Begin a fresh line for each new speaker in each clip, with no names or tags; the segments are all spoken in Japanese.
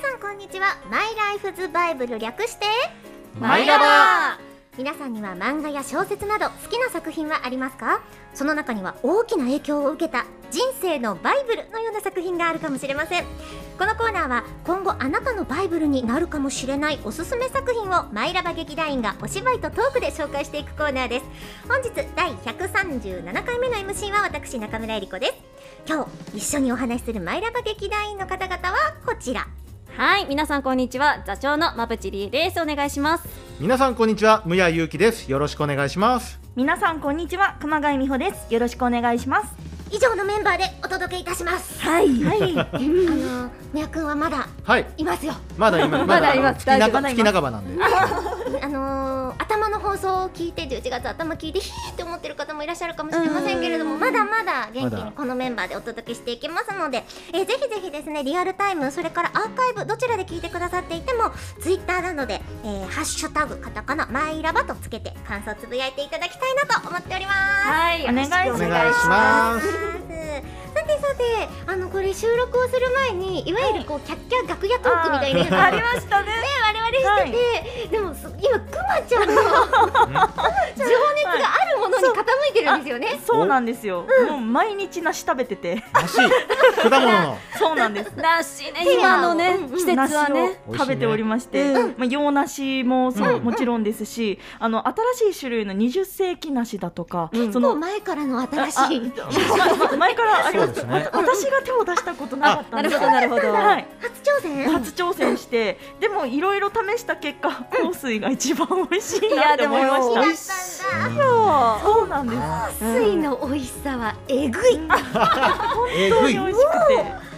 は「マイライフズバイブル」略して
マイラバ
皆さんには漫画や小説など好きな作品はありますかその中には大きな影響を受けた人生のバイブルのような作品があるかもしれませんこのコーナーは今後あなたのバイブルになるかもしれないおすすめ作品をマイラバ劇団員がお芝居とトークで紹介していくコーナーです本日第137回目の MC は私中村えり子です今日一緒にお話しするマイラバ劇団員の方々はこちら
はい、皆さんこんにちは。座長のまぶちりえです。お願いします。
皆さんこんにちは、むやゆうきです。よろしくお願いします。
皆さんこんにちは熊谷美穂ですよろしくお願いします
以上のメンバーでお届けいたします
はいはい
あのみやくんはまだ
はい、
いますよ
まだ今、
まだいます
月
大丈夫
半ば月半ばなんで。
あのー頭の放送を聞いて11月頭聞いてヒーって思ってる方もいらっしゃるかもしれませんけれどもまだまだ元気
ま
に
だ
このメンバーでお届けしていきますので、えーぜひぜひですねリアルタイムそれからアーカイブどちらで聞いてくださっていてもツイッターなどで、えーハッシュタグカタカナマイラバとつけて感想つぶやいていただきたいなと思っております。
はい、
お願いします
よろ
お
く
願いします。
さてさてあのこれ収録をする前にいわゆるこう、キャッキャ楽屋トークみたいなやつ
ありましたね
我々してて、でもす今くまちゃん の情熱があるものに傾いてるんですよね。
そうなんですよ、もう毎日梨食べてて
梨、果物の。
そうなんです
らしいね、
手が
今のね
うんうん、
季節はね。
梨を食べておりまして、
う
まあ、洋梨もそう、
うん
もちろんですしあの新しい種類の20世紀梨だとか、
結
そ
構
の
前からの
あ
新
あ
しい
まま前からあり
そう
ま
ですすね。
私が手を出したことなかった
なんる
です
ほど、なるほど。
はい
初挑戦。
初挑戦して、でもいろいろ試した結果、香水が一番美味しい
いや
なっ
で
て
も
思いま
美
した
味
だったんだ。
そ
そうなんです
香水の美味しさはえぐい。
え
本当
ぐ
に
い
美。味しくて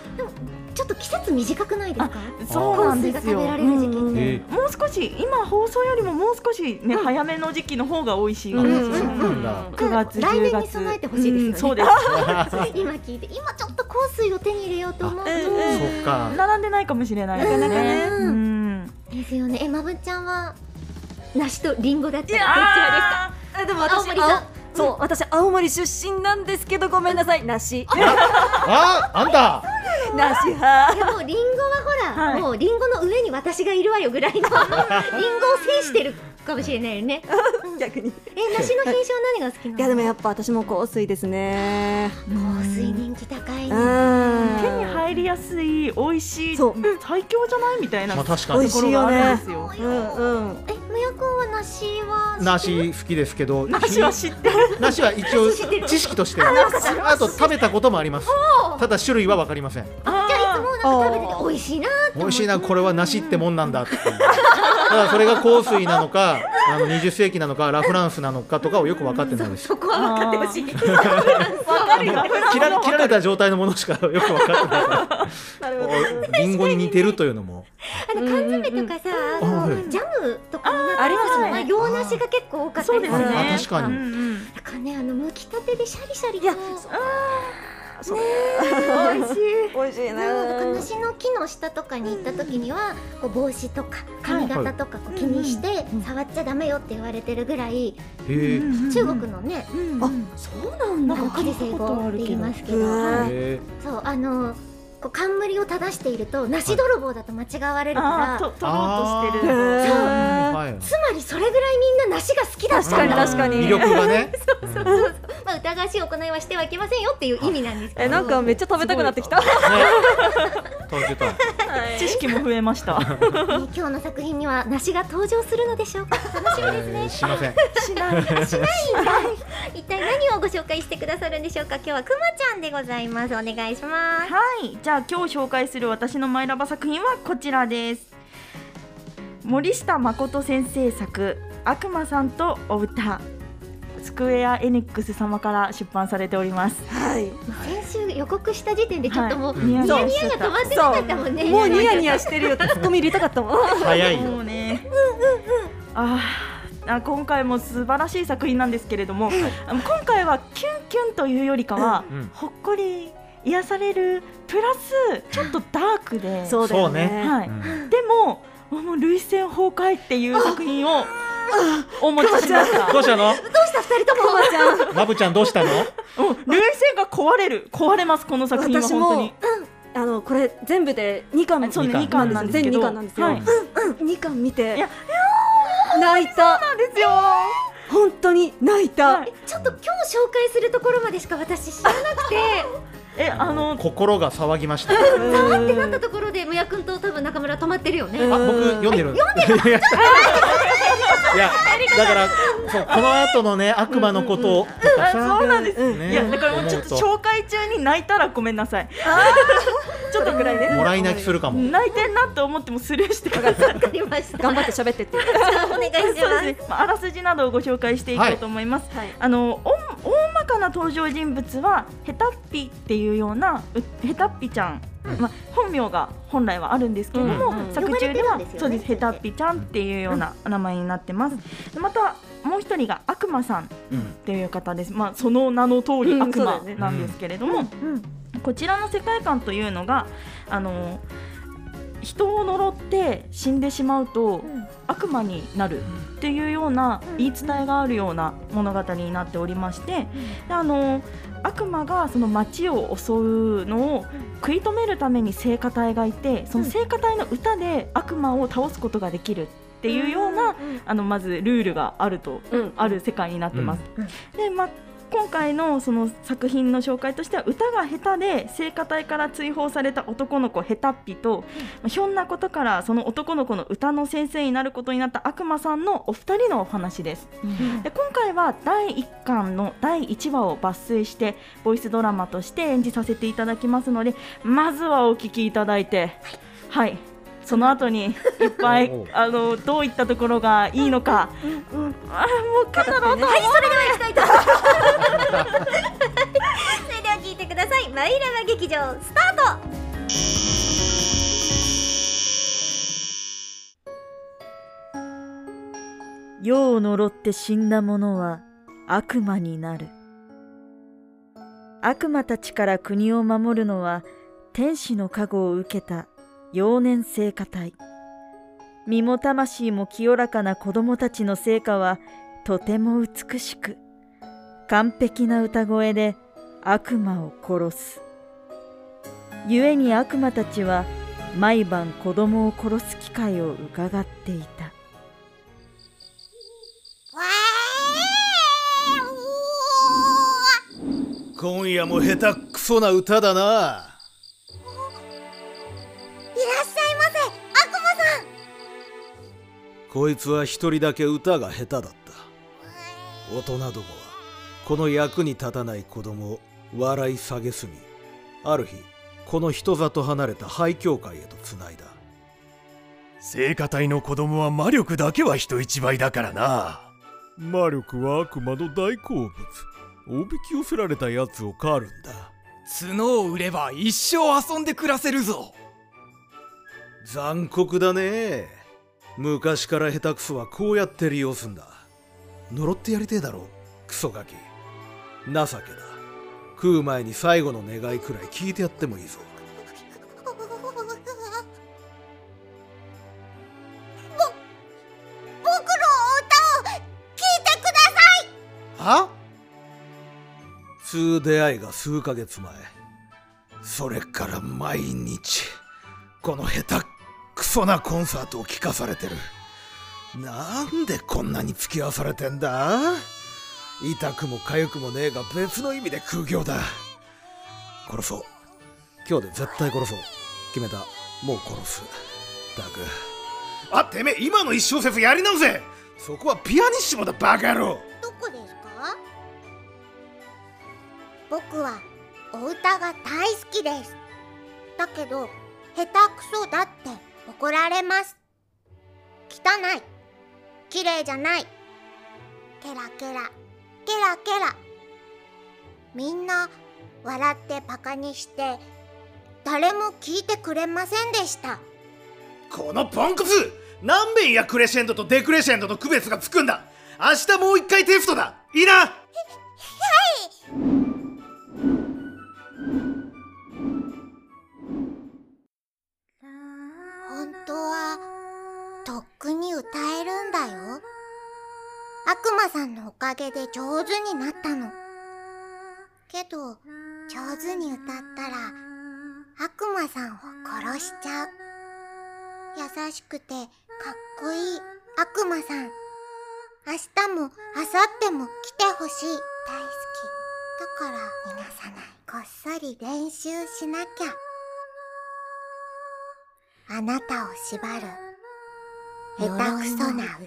ちょっと季節短くないですか？
そうなんです
香水が食
よ。
べられる時期
うん
え
もう少し今放送よりももう少しね、早めの時期の方が美味しいか
う
もしれ
ん
ない。
うん
そうなんだ
うん
9月
来
10
年
月
に備えてほしいですよね
うんそうです。
今聞いて今ちょっと香水を手に入れようと思うと
あうん
ー
うん
そっか。
並んでないかもしれないです
なかなかね
う
うん
ん。
ですよね。えまぶちゃんは梨とリンゴだった
う。
らどちら
ですか。
ですか？
でも
青
私、
森さん
青そう、私青森出身なんですけど、ごめんなさい、梨。
あ、あんた。
梨派。
いやもうリンゴはほら、
はい
もうリンゴの上に私がいるわよぐらいのリンゴを制してるかもしれないよね。
逆に。い
え梨の品種は何が好きなの？
や、でも、やっぱ、私も香水ですね。
香水人気高いね。
う
あ
ん。
手に入りやすい、美味しい、
そう
最強じゃないみたいな
まあ、
と
確か
美
に
味。
ころがあるんですよ。
うん、うん。
えむやくんは梨は
梨好きですけど。
梨は知ってる。
梨は一応知識としてあと食べたこともありますただ種類は分かりません
じゃあいつもなんか食べてて美味しいなって
美
思う
味しいなこれは梨ってもんなんだっていうただそれが香水なのかあの20世紀なのかラ・フランスなのかとかをよく分かってないです
そこは分かってほしい。
わかるよ。
切ら 切られた状態のものしかよく分かっ てないお リンゴに似てるというのも
あの缶詰とかさ、あ
うん
の、
はい
ジャムとかになって
あーありますね
まあ洋梨が結構多かった
そう
り
ですす
る
ね
じゃないです
あ確かに
うんうん
だからねあの剥きたてでシャリシャリと
いや
ねえ美味しい。
美味しい
うん、梨の木の下とかに行った時には、こう帽子とか髪型とかこう気にして触っちゃダメよって言われてるぐらい、
へえ
中国のね、
うんうん
そうなん
なんか国で英語って言いますけど、
うん
はい
へえ
そうあのこう冠を正していると梨泥棒だと間違われるか
あ
ら、
ーと取ろうとして
へ
る。
ー
はい
つまりそれぐらいみんな梨が好きだったんだ
確かに確かに
魅力が ね
まあ、疑わしい行いはしてはいけませんよっていう意味なんですけど
えなんかめっちゃ食べたくなってきた。
食べたい
知識も増えました。
えー今日の作品には梨が登場するのでしょうか楽しみですね
えーしません
しない。
一体何をご紹介してくださるんでしょうか今日はくまちゃんでございますお願いします
はい、じゃあ今日紹介する私のマイラバ作品はこちらです。森下誠先生作「悪魔さんとお歌」スクエア・エニックス様から出版されております。
はい。
先週予告した時点でちょっともう、
はいニヤ
ニ
ニヤ
ヤニヤが止まってなかったもんね
もうニヤニヤしてるよってツッコミ入れたかったもん。
早い
も
よ
うね。あーあ今回も素晴らしい作品なんですけれども、あの今回はキュンキュンというよりかは、
うん
ほっこり癒されるプラスちょっとダークで、
そうだよ
そう
ね。
はい、
うん
でももう涙腺崩壊っていう作品をお持ちしました。
どうしたの
くまちゃん。
まぶちゃんどうしたの
うん、涙腺が壊れる壊れますこの作品は
私も
本当に。
あのこれ全部で二巻
そうね
二
二
巻
巻なんです
全
けど
二巻なんですよ
はい、
二巻見て
いや
泣いた
ですよ
本当に泣いた
はい
ちょっと今日紹介するところまでしか私知らなくて
えあの
心が騒ぎました。
ざわってなったところでむやくんと多分中村止まってるよね、
うん
あ
あ、僕読んでる。読ん でる。いや、だから、そう、この後のね、悪魔のことを。
あそうなんです、
うん
ね
いやだからもうちょっと
思う
紹介中に泣いたらごめんなさい
ちょっとぐらいね
ともらい泣きするかも。
泣いてんなと思ってもスルーしてください
わかりました
頑張って喋ってっていう
お願いし
そう
ま
ですすね、まあ、あらすじなどをご紹介していこうと思います、
はい
あのおん大まかな登場人物はヘタッピっていうようなうヘタッピちゃん、
うん
まあ、本名が本来はあるんですけども、
うんうん
作中
呼ばれて
で
た
は
んですよね
そうですヘタッピちゃんっていうような名前になってます、でまたもう一人が悪魔さんっ
うん
ていう方です、まあ、その名の通り
うん
悪
そうだよ
魔
ね
なんですけれども、
うん
こちらの世界観というのがあの人を呪って死んでしまうと、
うん
悪魔になるっていうような
うん
言い伝えがあるような物語になっておりまして、であの悪魔がその町を襲うのを食い止めるために聖歌隊がいてその聖歌隊の歌で悪魔を倒すことができるっていうような、あのまずルールがあると
うん
ある世界になってます。
うんうん
でまあ今回のその作品の紹介としては歌が下手で聖歌隊から追放された男の子ヘタッピと、まあひょんなことからその男の子の歌の先生になることになった悪魔さんのお二人のお話です。で今回は第1巻の第1話を抜粋してボイスドラマとして演じさせていただきますのでまずはお聞きいただいてはいその後にいっぱい
おう
あのどういったところがいいのか、あもうカナロ
はい、それでは行きたいと思います。 それでは聞いてください。マイラマ劇場スタート。
世を呪って死んだ者は悪魔になる悪魔たちから国を守るのは天使の加護を受けた幼年聖歌隊身も魂も清らかな子供たちの聖歌はとても美しく完璧な歌声で悪魔を殺す故に悪魔たちは毎晩子供を殺す機会を伺っていた
今夜も下手くそな歌だな。
いらっしゃいませ。悪魔さん。
こいつは一人だけ歌が下手だった。大人どもは、この役に立たない子供を笑い下げすみ、ある日、この人里離れた廃教会へと繋いだ。
聖火隊の子供は魔力だけは人一倍だからな
魔力は悪魔の大好物。おびき寄せられたやつを狩るんだ。
角を売れば一生遊んで暮らせるぞ
残酷だね昔から下手くそはこうやって利用すんだ呪ってやりてえだろクソガキ情けだ食う前に最後の願いくらい聞いてやってもいいぞ
僕のお歌を聞いてください。
は通出会いが数ヶ月前それから毎日この下手くそなコンサートを聞かされてるなんでこんなに付き合わされてんだ痛くも痒くもねえが別の意味で空業だ殺そう今日で絶対殺そう決めたもう殺すったく
あてめえ今の一小節やり直せ
そこはピアニッシモだバカ野郎
どこですか？僕はお歌が大好きです。だけど下手くそだって怒られます。汚い、綺麗じゃない、ケラケラ、ケラケラ。みんな笑ってバカにして誰も聞いてくれませんでした。
このポンコツ何遍やクレシェンドとデクレシェンドの区別がつくんだ明日もう一回テストだいいな
本当はとっくに歌えるんだよ悪魔さんのおかげで上手になったのけど上手に歌ったら悪魔さんを殺しちゃう優しくてかっこいい悪魔さん明日も明後日も来てほしい大好きだから逃がさないこっそり練習しなきゃあなたを縛る下手くそな歌を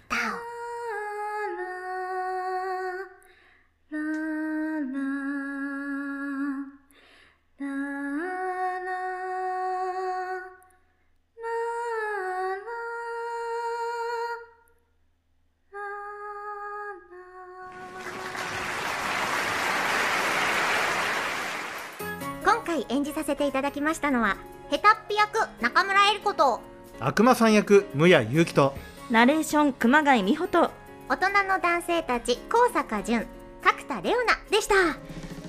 今回演じさせていただきましたのはヘタッピ役中村えり子と
悪魔さん役無谷勇気と
ナレーション熊谷美穂と
大人の男性たち高坂淳角田レオナでした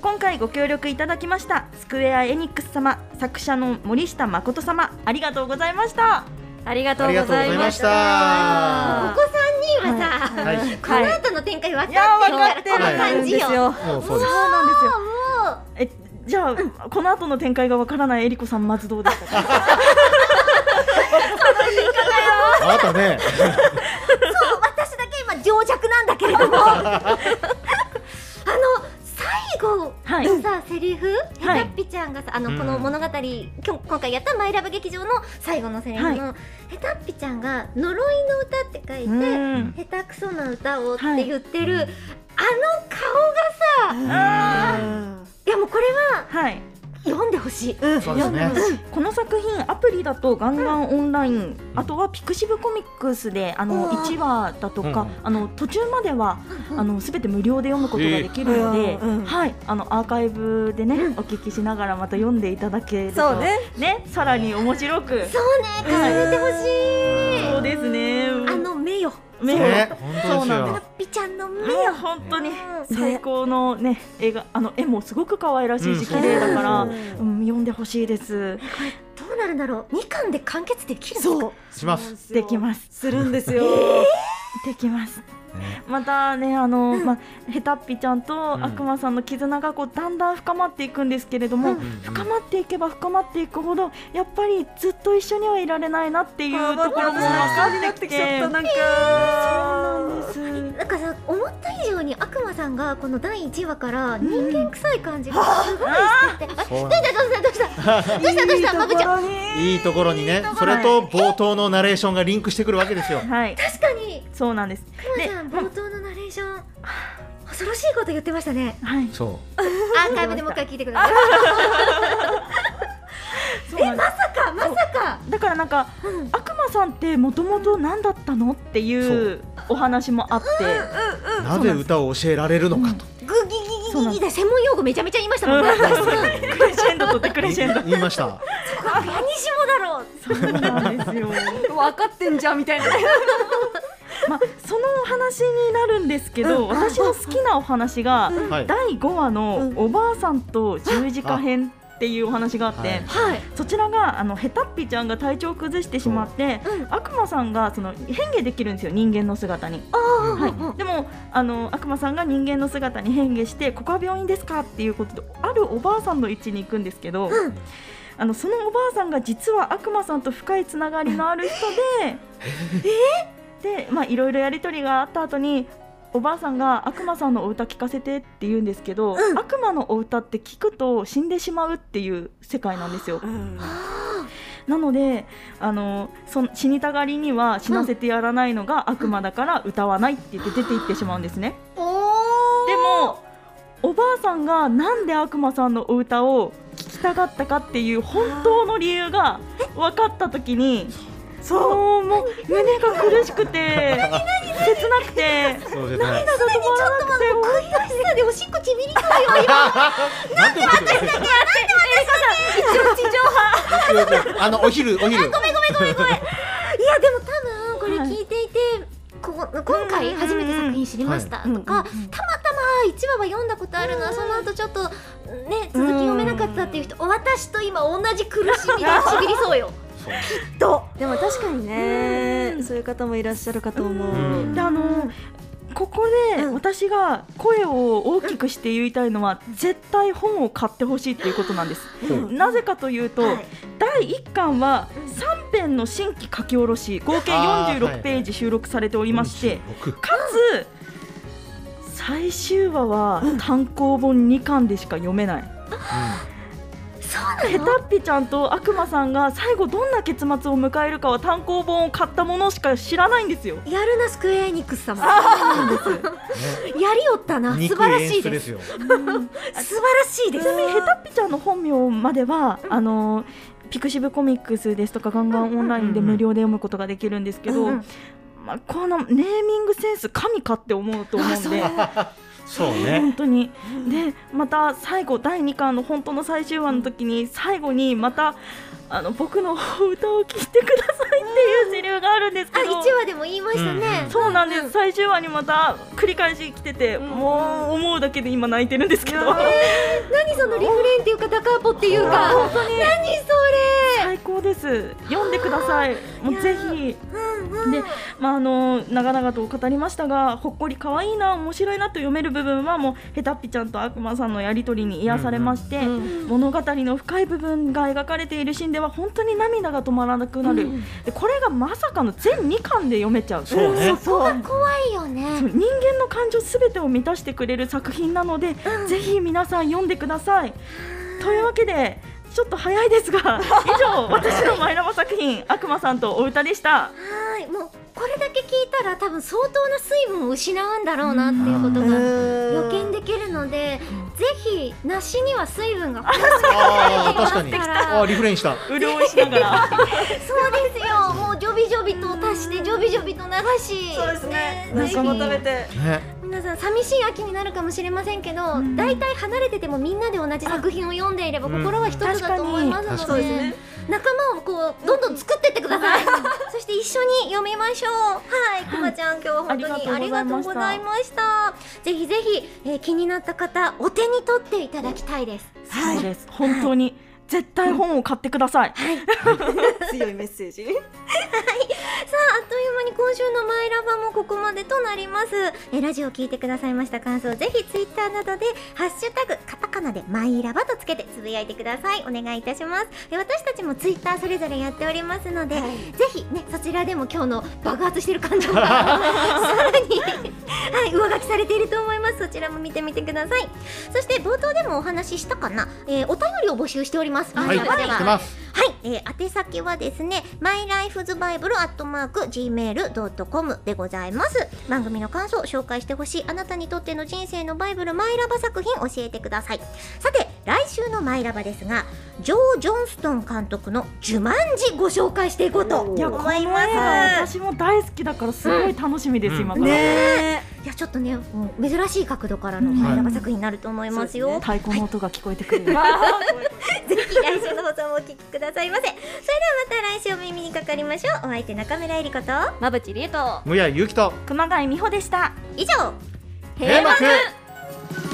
今回ご協力いただきましたスクエア・エニックス様作者の森下誠様ありがとうございました
ありが
ありがとうございました。
お子さんにはさ、
はい
この後の展開分かってる
い
この
や分かってる
感じよ、もう
もうそうです。
そうなんですよ
もう
えじゃあ、この後の展開がわからないえりこさんまずどうでしたか
あなたね、
そう私だけ今情弱なんだけれどもあの最後
はい
のさ、セリフヘタ
はい
ッピちゃんがさあの、
うん
この物語今日今回やった「マイラブ劇場」の最後のセリフの、
は
ヘタッピちゃんが「呪いの歌」って書いて「
うん
下手くそな歌を」っ
は
て
い
言ってる、あの顔がさいやもうこれは
はい
読んでほしい。
そうですね。
この作品アプリだとガンガンオンライン、あとはピクシブコミックスであの
おー
1話だとか、
うん
あの途中まではあの全て無料で読むことができるので、
えーうんうん
はいあのアーカイブでねお聞きしながらまた読んでいただけると
そうね
ねさらに面白く
そうね重ねてほしい、
そうですね
あの目よ
目を
ね、本当
そ
で
う
す
な
ヘ
ん
タ
よ
ッ。ピちゃんの目
もう
よ
本当に
うん
最高のね映画あの絵もすごく可愛らしいし
うん
綺麗だから、
う
うんん読んでほしいです
どうなるんだろう2巻で完結できるの
そう
します。
できます
するんです よ、
できます。またねあの、まあヘタッピちゃん
うん
と悪魔さんの絆がこうだんだん深まっていくんですけれども、深まっていけば深まっていくほどやっぱりずっと一緒にはいられないなっていうところも分か
になっ
って
て
き
きちゃ
て
ったなんか、
そうなんです
なんかさ思った以上に悪魔さんがこの第1話から人間臭い感じがすごいしてて、あ
そうなん
どうしたどうしたどうしたどうしたどうしたまぶちゃん
いいところにね、それと冒頭のナレーションがリンクしてくるわけですよ。
はい
確かに
そうなんです
くまちゃん冒頭のナレーション恐ろしいこと言ってましたね
はい
そ
アーカイブでもう一回聞いてください
そうなん
ま
で
さかまさか
すだからなんか、悪魔さんってもともと何だったのっていうお話もあって、
う。なぜ歌を教えられるのかと。
グギギギギギで専門用語めちゃめちゃ言いましたもんね、
クレッシェンドとデクレッシェンド
言いました。
あピアニッシモだろう
そうなんですよ
分かってんじゃんみたいな
まあ、そのお話になるんですけど、私の好きなお話が、
はい。
第5話の「おばあさんと十字架編」っていうお話があって、
はい
はい
そちらがあのヘタッピちゃんが体調を崩してしまって、悪魔さんがその変化できるんですよ人間の姿に。はい、でもあの悪魔さんが人間の姿に変化して「ここは病院ですか?」っていうことであるおばあさんの家に行くんですけど、あのそのおばあさんが実は悪魔さんと深いつながりのある人 で、でまあいろいろやり取りがあった後におばあさんが悪魔さんのお歌聞かせてって言うんですけど、悪魔のお歌って聞くと死んでしまうっていう世界なんですよ。なのであのその死にたがりには死なせてやらないのが悪魔だから歌わないって言って出て行ってしまうんですね。でもおばあさんがなんで悪魔さんのお歌を聴きたかったかっていう本当の理由が分かった時にそうもう胸が苦しくて切なくて。
そうですね。
涙が止まらなくてもう
悔しさでおしっこちびりそうよ
なんてことですか。あのお昼お昼。
いやでも多分これ聞いていて、ここ今回初めて作品知りましたとか、たまたま1話は読んだことあるな、その後ちょっとね続き読めなかったっていう人、私と今同じ 苦しみでちぎりそうよ
でも確かにね、そういう方もいらっしゃるかと思う、
うん
であのここで私が声を大きくして言いたいのは、絶対本を買ってほしいっていうことなんです、
う
なぜかというと、第1巻は3編の新規書き下ろし合計
あーはいはい
46ページ収録されておりまして、
46
かつ最終話は単行本2巻でしか読めない、ペタッピちゃんと悪魔さんが最後どんな結末を迎えるかは単行本を買ったものしか知らないんですよ
やるなスクエアエニックス様やりよったな素
憎
晴ら
い
し
演
いで
出ですすよ。
素晴らしいで
ち
す
なみにヘタッピちゃんの本名までは、あのピクシブコミックスですとかガンガンオンラインで無料で読むことができるんですけど、
うんうん
まあ、このネーミングセンス神かって思うと思うんで。
そう
本
ね。
当にでまた最後第2巻の本当の最終話の時に最後にまたあの僕の歌を聴いてくださいっていうセリフがあるんですけ
あ
ど
一話でも言いました
うん
ね
うん
そうなんです、最終話にまた繰り返し来てて、もう思うだけで今泣いてるんですけど
何そのリフレインっていうかダカーポっていうか
本当に
何そ
最高です読んでくださいもうぜひでまああの長々と語りましたがほっこり可愛いな面白いなと読める部分はもうヘタッピちゃんと悪魔さんのやり取りに癒されまして、物語の深い部分が描かれているシーンでは本当に涙が止まらなくなる、でこれがまさかの全2巻で読めちゃう
そうね。
れ怖いよね
そう人間の感情すべてを満たしてくれる作品なので、ぜひ皆さん読んでください。というわけでちょっと早いですが以 上私のマイラバ作品「悪魔さんとお歌」でした。
はいもうこれだけ聞いたら多分相当な水分を失うんだろうなっていうことが予見できるのでぜひ梨には水分が欲しく
ああ
な
確か
ってい
に。
ますから
ああリフレインした。
潤いしながら
そうですよ。もうジョビジョビと足してジョビジョビと流し。
そうですね。
ね
何かも食べて。
ね。
皆さん寂しい秋になるかもしれませんけど、だいたい離れててもみんなで同じ作品を読んでいれば
うん
心は一つだと思います
確
の
か
で、
に確かに
仲間をこうどんどん作ってってください。 そして一緒に読みましょう。はい、くまちゃん今日は本当にあ
あ
り
り
が
が
と
と
う
う
ご
ご
ざ
ざ
い
い
ました。ぜひぜひ、えー気になった方お手に取っていただきたいです。
そうです本当に絶対本を買ってください。
強いメッセージ。
さああっという間に今週のマイラバもここまでとなりますえラジオ聞いてくださいました感想ぜひツイッターなどでハッシュタグカタカナでマイラバとつけてつぶやいてくださいお願いいたしますえ私たちもツイッターそれぞれやっておりますので、ぜひねそちらでも今日の爆発してる感情がさらにはい上書きされていると思いますそちらも見てみてくださいそして冒頭でもお話ししたかな、えーお便りを募集しておりますマ
は
イ
い。
ラバで
来てます。
はい、えー、宛先はですね mylife.bible.gmail.com でございます番組の感想紹介してほしいあなたにとっての人生のバイブルマイラバ作品教えてくださいさて来週のマイラバですがジョー・ジョンストン監督の「ジュマンジ」ご紹介していこうと思
いやこの
い
映
ます
画私も大好きだからすごい楽しみです、
うん
今
う
から、
ね
いやちょっとねもう珍しい角度からの
はい
マイラバ作品になると思いますよ、
太鼓の音が聞こえてくる、
ぜひ 来週の放送もお聞きくださいませそれではまた来週お耳にかかりましょうお相手中村えり子と
まぶちりえと
むやゆきと。
熊谷美穂でした。
以上
閉幕。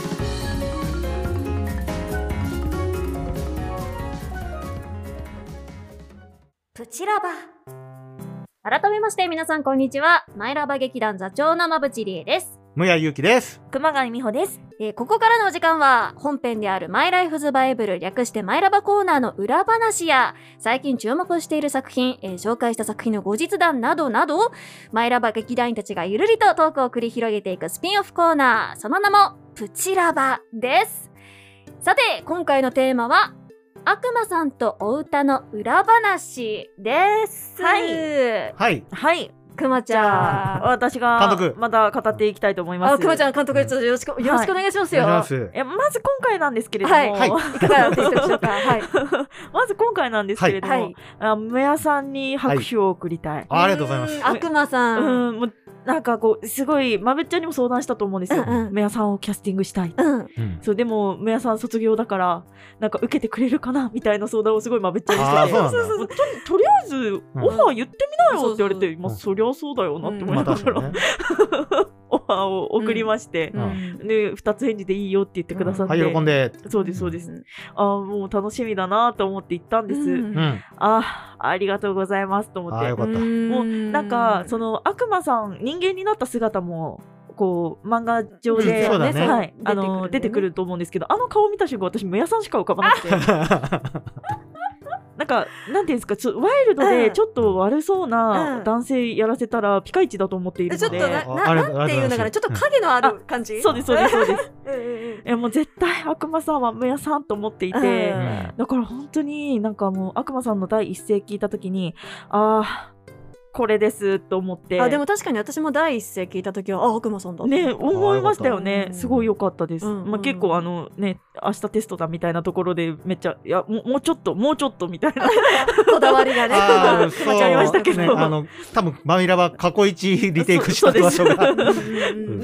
プチラバ
改めまして皆さんこんにちはマイラバ劇団座長のまぶちりえです
むやゆきです。
熊谷美穂です。
えーここからのお時間は本編であるマイライフズバイブル略してマイラバコーナーの裏話や最近注目している作品、えー紹介した作品の後日談などなどマイラバ劇団員たちがゆるりとトークを繰り広げていくスピンオフコーナーその名もプチラバですさて今回のテーマは悪魔さんとお歌の裏話ですはい
はい。
はい。
くまちゃん
私
監
が
督
また語っていきたいと思います。
あくまちゃん監督ちょっとよろしくよろしくお願いします
お願い
よ、
します。
えまず今回なんですけれども、
はい
はい
いかがでしたでしょうかはい
まず今回なんですけれども、
はい
あムヤさんに拍手を送りたい。
あありがとうございます。
悪魔さん。
うん、もうなんかこうすごいまべっちゃんにも相談したと思うんですよ。
うんうん
ムヤさんをキャスティングしたい。
うん。
うん
そうでもムヤさん卒業だからなんか受けてくれるかなみたいな相談をすごいまべっちゃんに
ああ
し
そう
て
なんだ。
て。もうととりあえずオファー言ってみなよって言われて、
うん
まあ、そりゃそうだよなって思い
まあ
なが、
確からにね。
オファーを送りまして、
うん
で2つ返事でいいよって言ってくださって、
はい喜んで。
そうですそうです、ああもう楽しみだなと思って行ったんです、
うん
うん。
ああありがとうございますと思
あ
っ
あ
て
よかっ
も
た。
もうなんかその悪魔さん人間になった姿も
こう漫画上
うん
で、
そうだね
はい
そう
あの出てくると思うんですけどあの顔見た瞬間私もやさんしか浮かば なくてなんかなんていうんですかちょワイルド
う
で
ん
ちょっと悪そう
う
なん男性やらせたらピカイチだと思っているの
ちょっ
で
となななんていうのかなちょっと影のある感じ
そうですそうですそうです
うんうんうん
えもう絶対悪魔さんはムヤさんと思っていて、
うん
だから本当になんかもう悪魔さんの第一声聞いた時にああこれですと思って
あでも確かに私も第一声聞いた時はあ悪魔さんだ
ね思いましたよねすごい良かったです、まあ、結構あのね明日テストだみたいなところでめっちゃいやもうもうちょっともうちょっとみたいな
こだわりがね
あー
気 持ちありましたけど、
そうねあの多分マイラは過去一 リテイクした場所 が
なん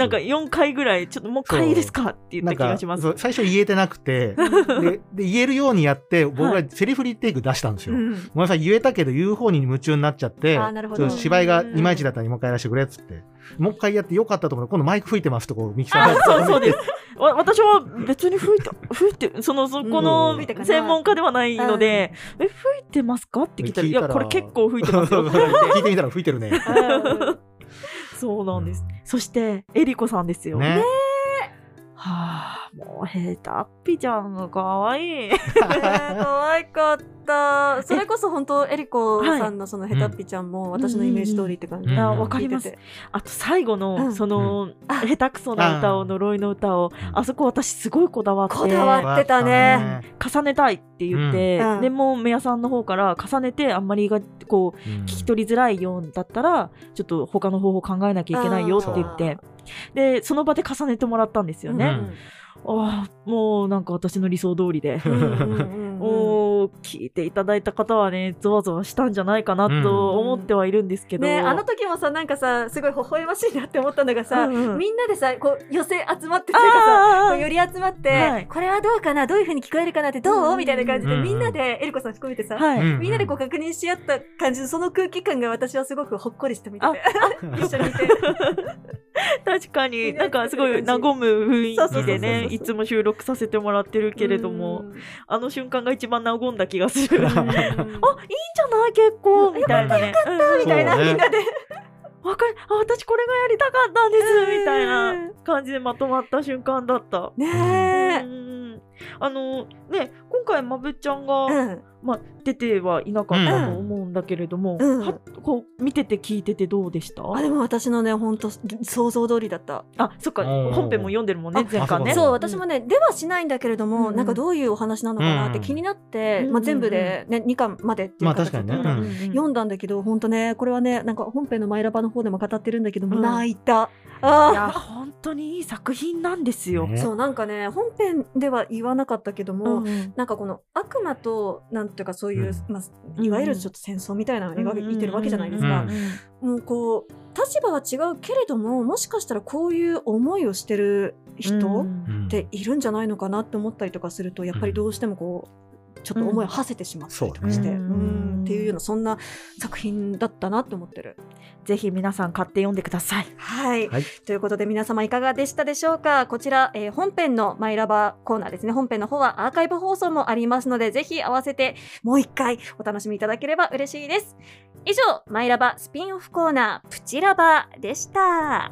か4回ぐらいちょっともう一回いいですかって言った気がします
なんかそう最初言えてなくてでで言えるようにやって僕
は
ら
い
セリフリテイク出したんですよ、
う
ご
ん
めんなさい言えたけど言う方に夢中になっちゃって
あーなるほど
ちょっと芝居がいまいちだったらもう一回やらせてくれっつってもう一回やってよかったと思う今度マイク吹いてますとこうミキさん
あ
が
そうそうです。わ私は別に吹いた吹いてそのそこ
うん
の
吹いたかな
専門家ではないので、え吹いてますかって聞いたら
聞
い
いた
や
ら
これ結構吹いてますよ。
聞いてみたら吹いてるね
そうなんです。そしてえりこさんですよ。
ねね
はあもうヘタッピちゃんが可愛い。
可愛かったそれこそ本当エリコさんのそのヘタッピちゃんも私のイメージ通りって感じ
あわかります
聞いてて
あと最後の、その、下手くそな歌を呪いの歌を あそこ私すごいこだわって
こだわってたね
重ねたいって言って、
うん
でもメアさんの方から重ねてあんまりがこう聞き取りづらいようだったらちょっと他の方法考えなきゃいけないよって言ってでその場で重ねてもらったんですよね。ああもうなんか私の理想通りで、おー聞いていただいた方はねゾワゾワしたんじゃないかなと思ってはいるんですけど、
ねあの時もさなんかさすごい微笑ましいなって思ったのがさ、
うんうん
みんなでさこう寄せ集まってっていうかさ
あー
こう寄り集まって、
はい
これはどうかなどういう風に聞こえるかなってどう、みたいな感じで、
うんうん
みんなでえりこさん含めてさ、
はいうんうん
みんなでこう確認し合った感じのその空気感が私はすごくほっこりしてみて 一緒にいて
確かになんかすごい和む雰囲気でね
そうそうそうそう
いつも収録させてもらってるけれどもあの瞬間が一番和んだ気がするあいいんじゃない結構みたいなね
よかったよかったみたいな
うん
みんなで
わかるあ私これがやりたかったんですみたいな感じでまとまった瞬間だった
ね
えあのね今回まぶっちゃんが、まあ、出てはいなかったと思うんだけれども、はこう見てて聞いててどうでした
あでも私のね本当想像通りだった
あそっか
おー
本編も読んでるもんね前回ね
そう私もね、ではしないんだけれども、なんかどういうお話なのかなって
うん
気になって、まあ、全部で、ね、2巻までってい
ま
う
あ
形
確
だ
か
っ
に
たか
ね、う
ら、
ん
読んだんだけど本当ねこれはねなんか本編の「マイラバ」の方でも語ってるんだけども、
うん
泣いた
いや
あ
本当にいい作品なんですよ。
ーそうなんかね本編では言わなかったけども、
うんうん
なんかこの悪魔となんていうかそういう、まあ、
うん
いわゆるちょっと戦争みたいなのを描いてるわけじゃないです
う
か
んうん。
もうこう立場は違うけれどももしかしたらこういう思いをしてる人
嗯
っているんじゃないのかなって思ったりとかするとやっぱりどうしてもこうちょっと思いを馳せてしまったりとかして、
そうね
うんっていうようなそんな作品だったなって思ってる。
ぜひ皆さん買って読んでください。
はい、
はい
ということで皆様いかがでしたでしょうかこちら、えー本編のマイラバーコーナーですね本編の方はアーカイブ放送もありますのでぜひ合わせてもう一回お楽しみいただければ嬉しいです以上マイラバスピンオフコーナープチラバでした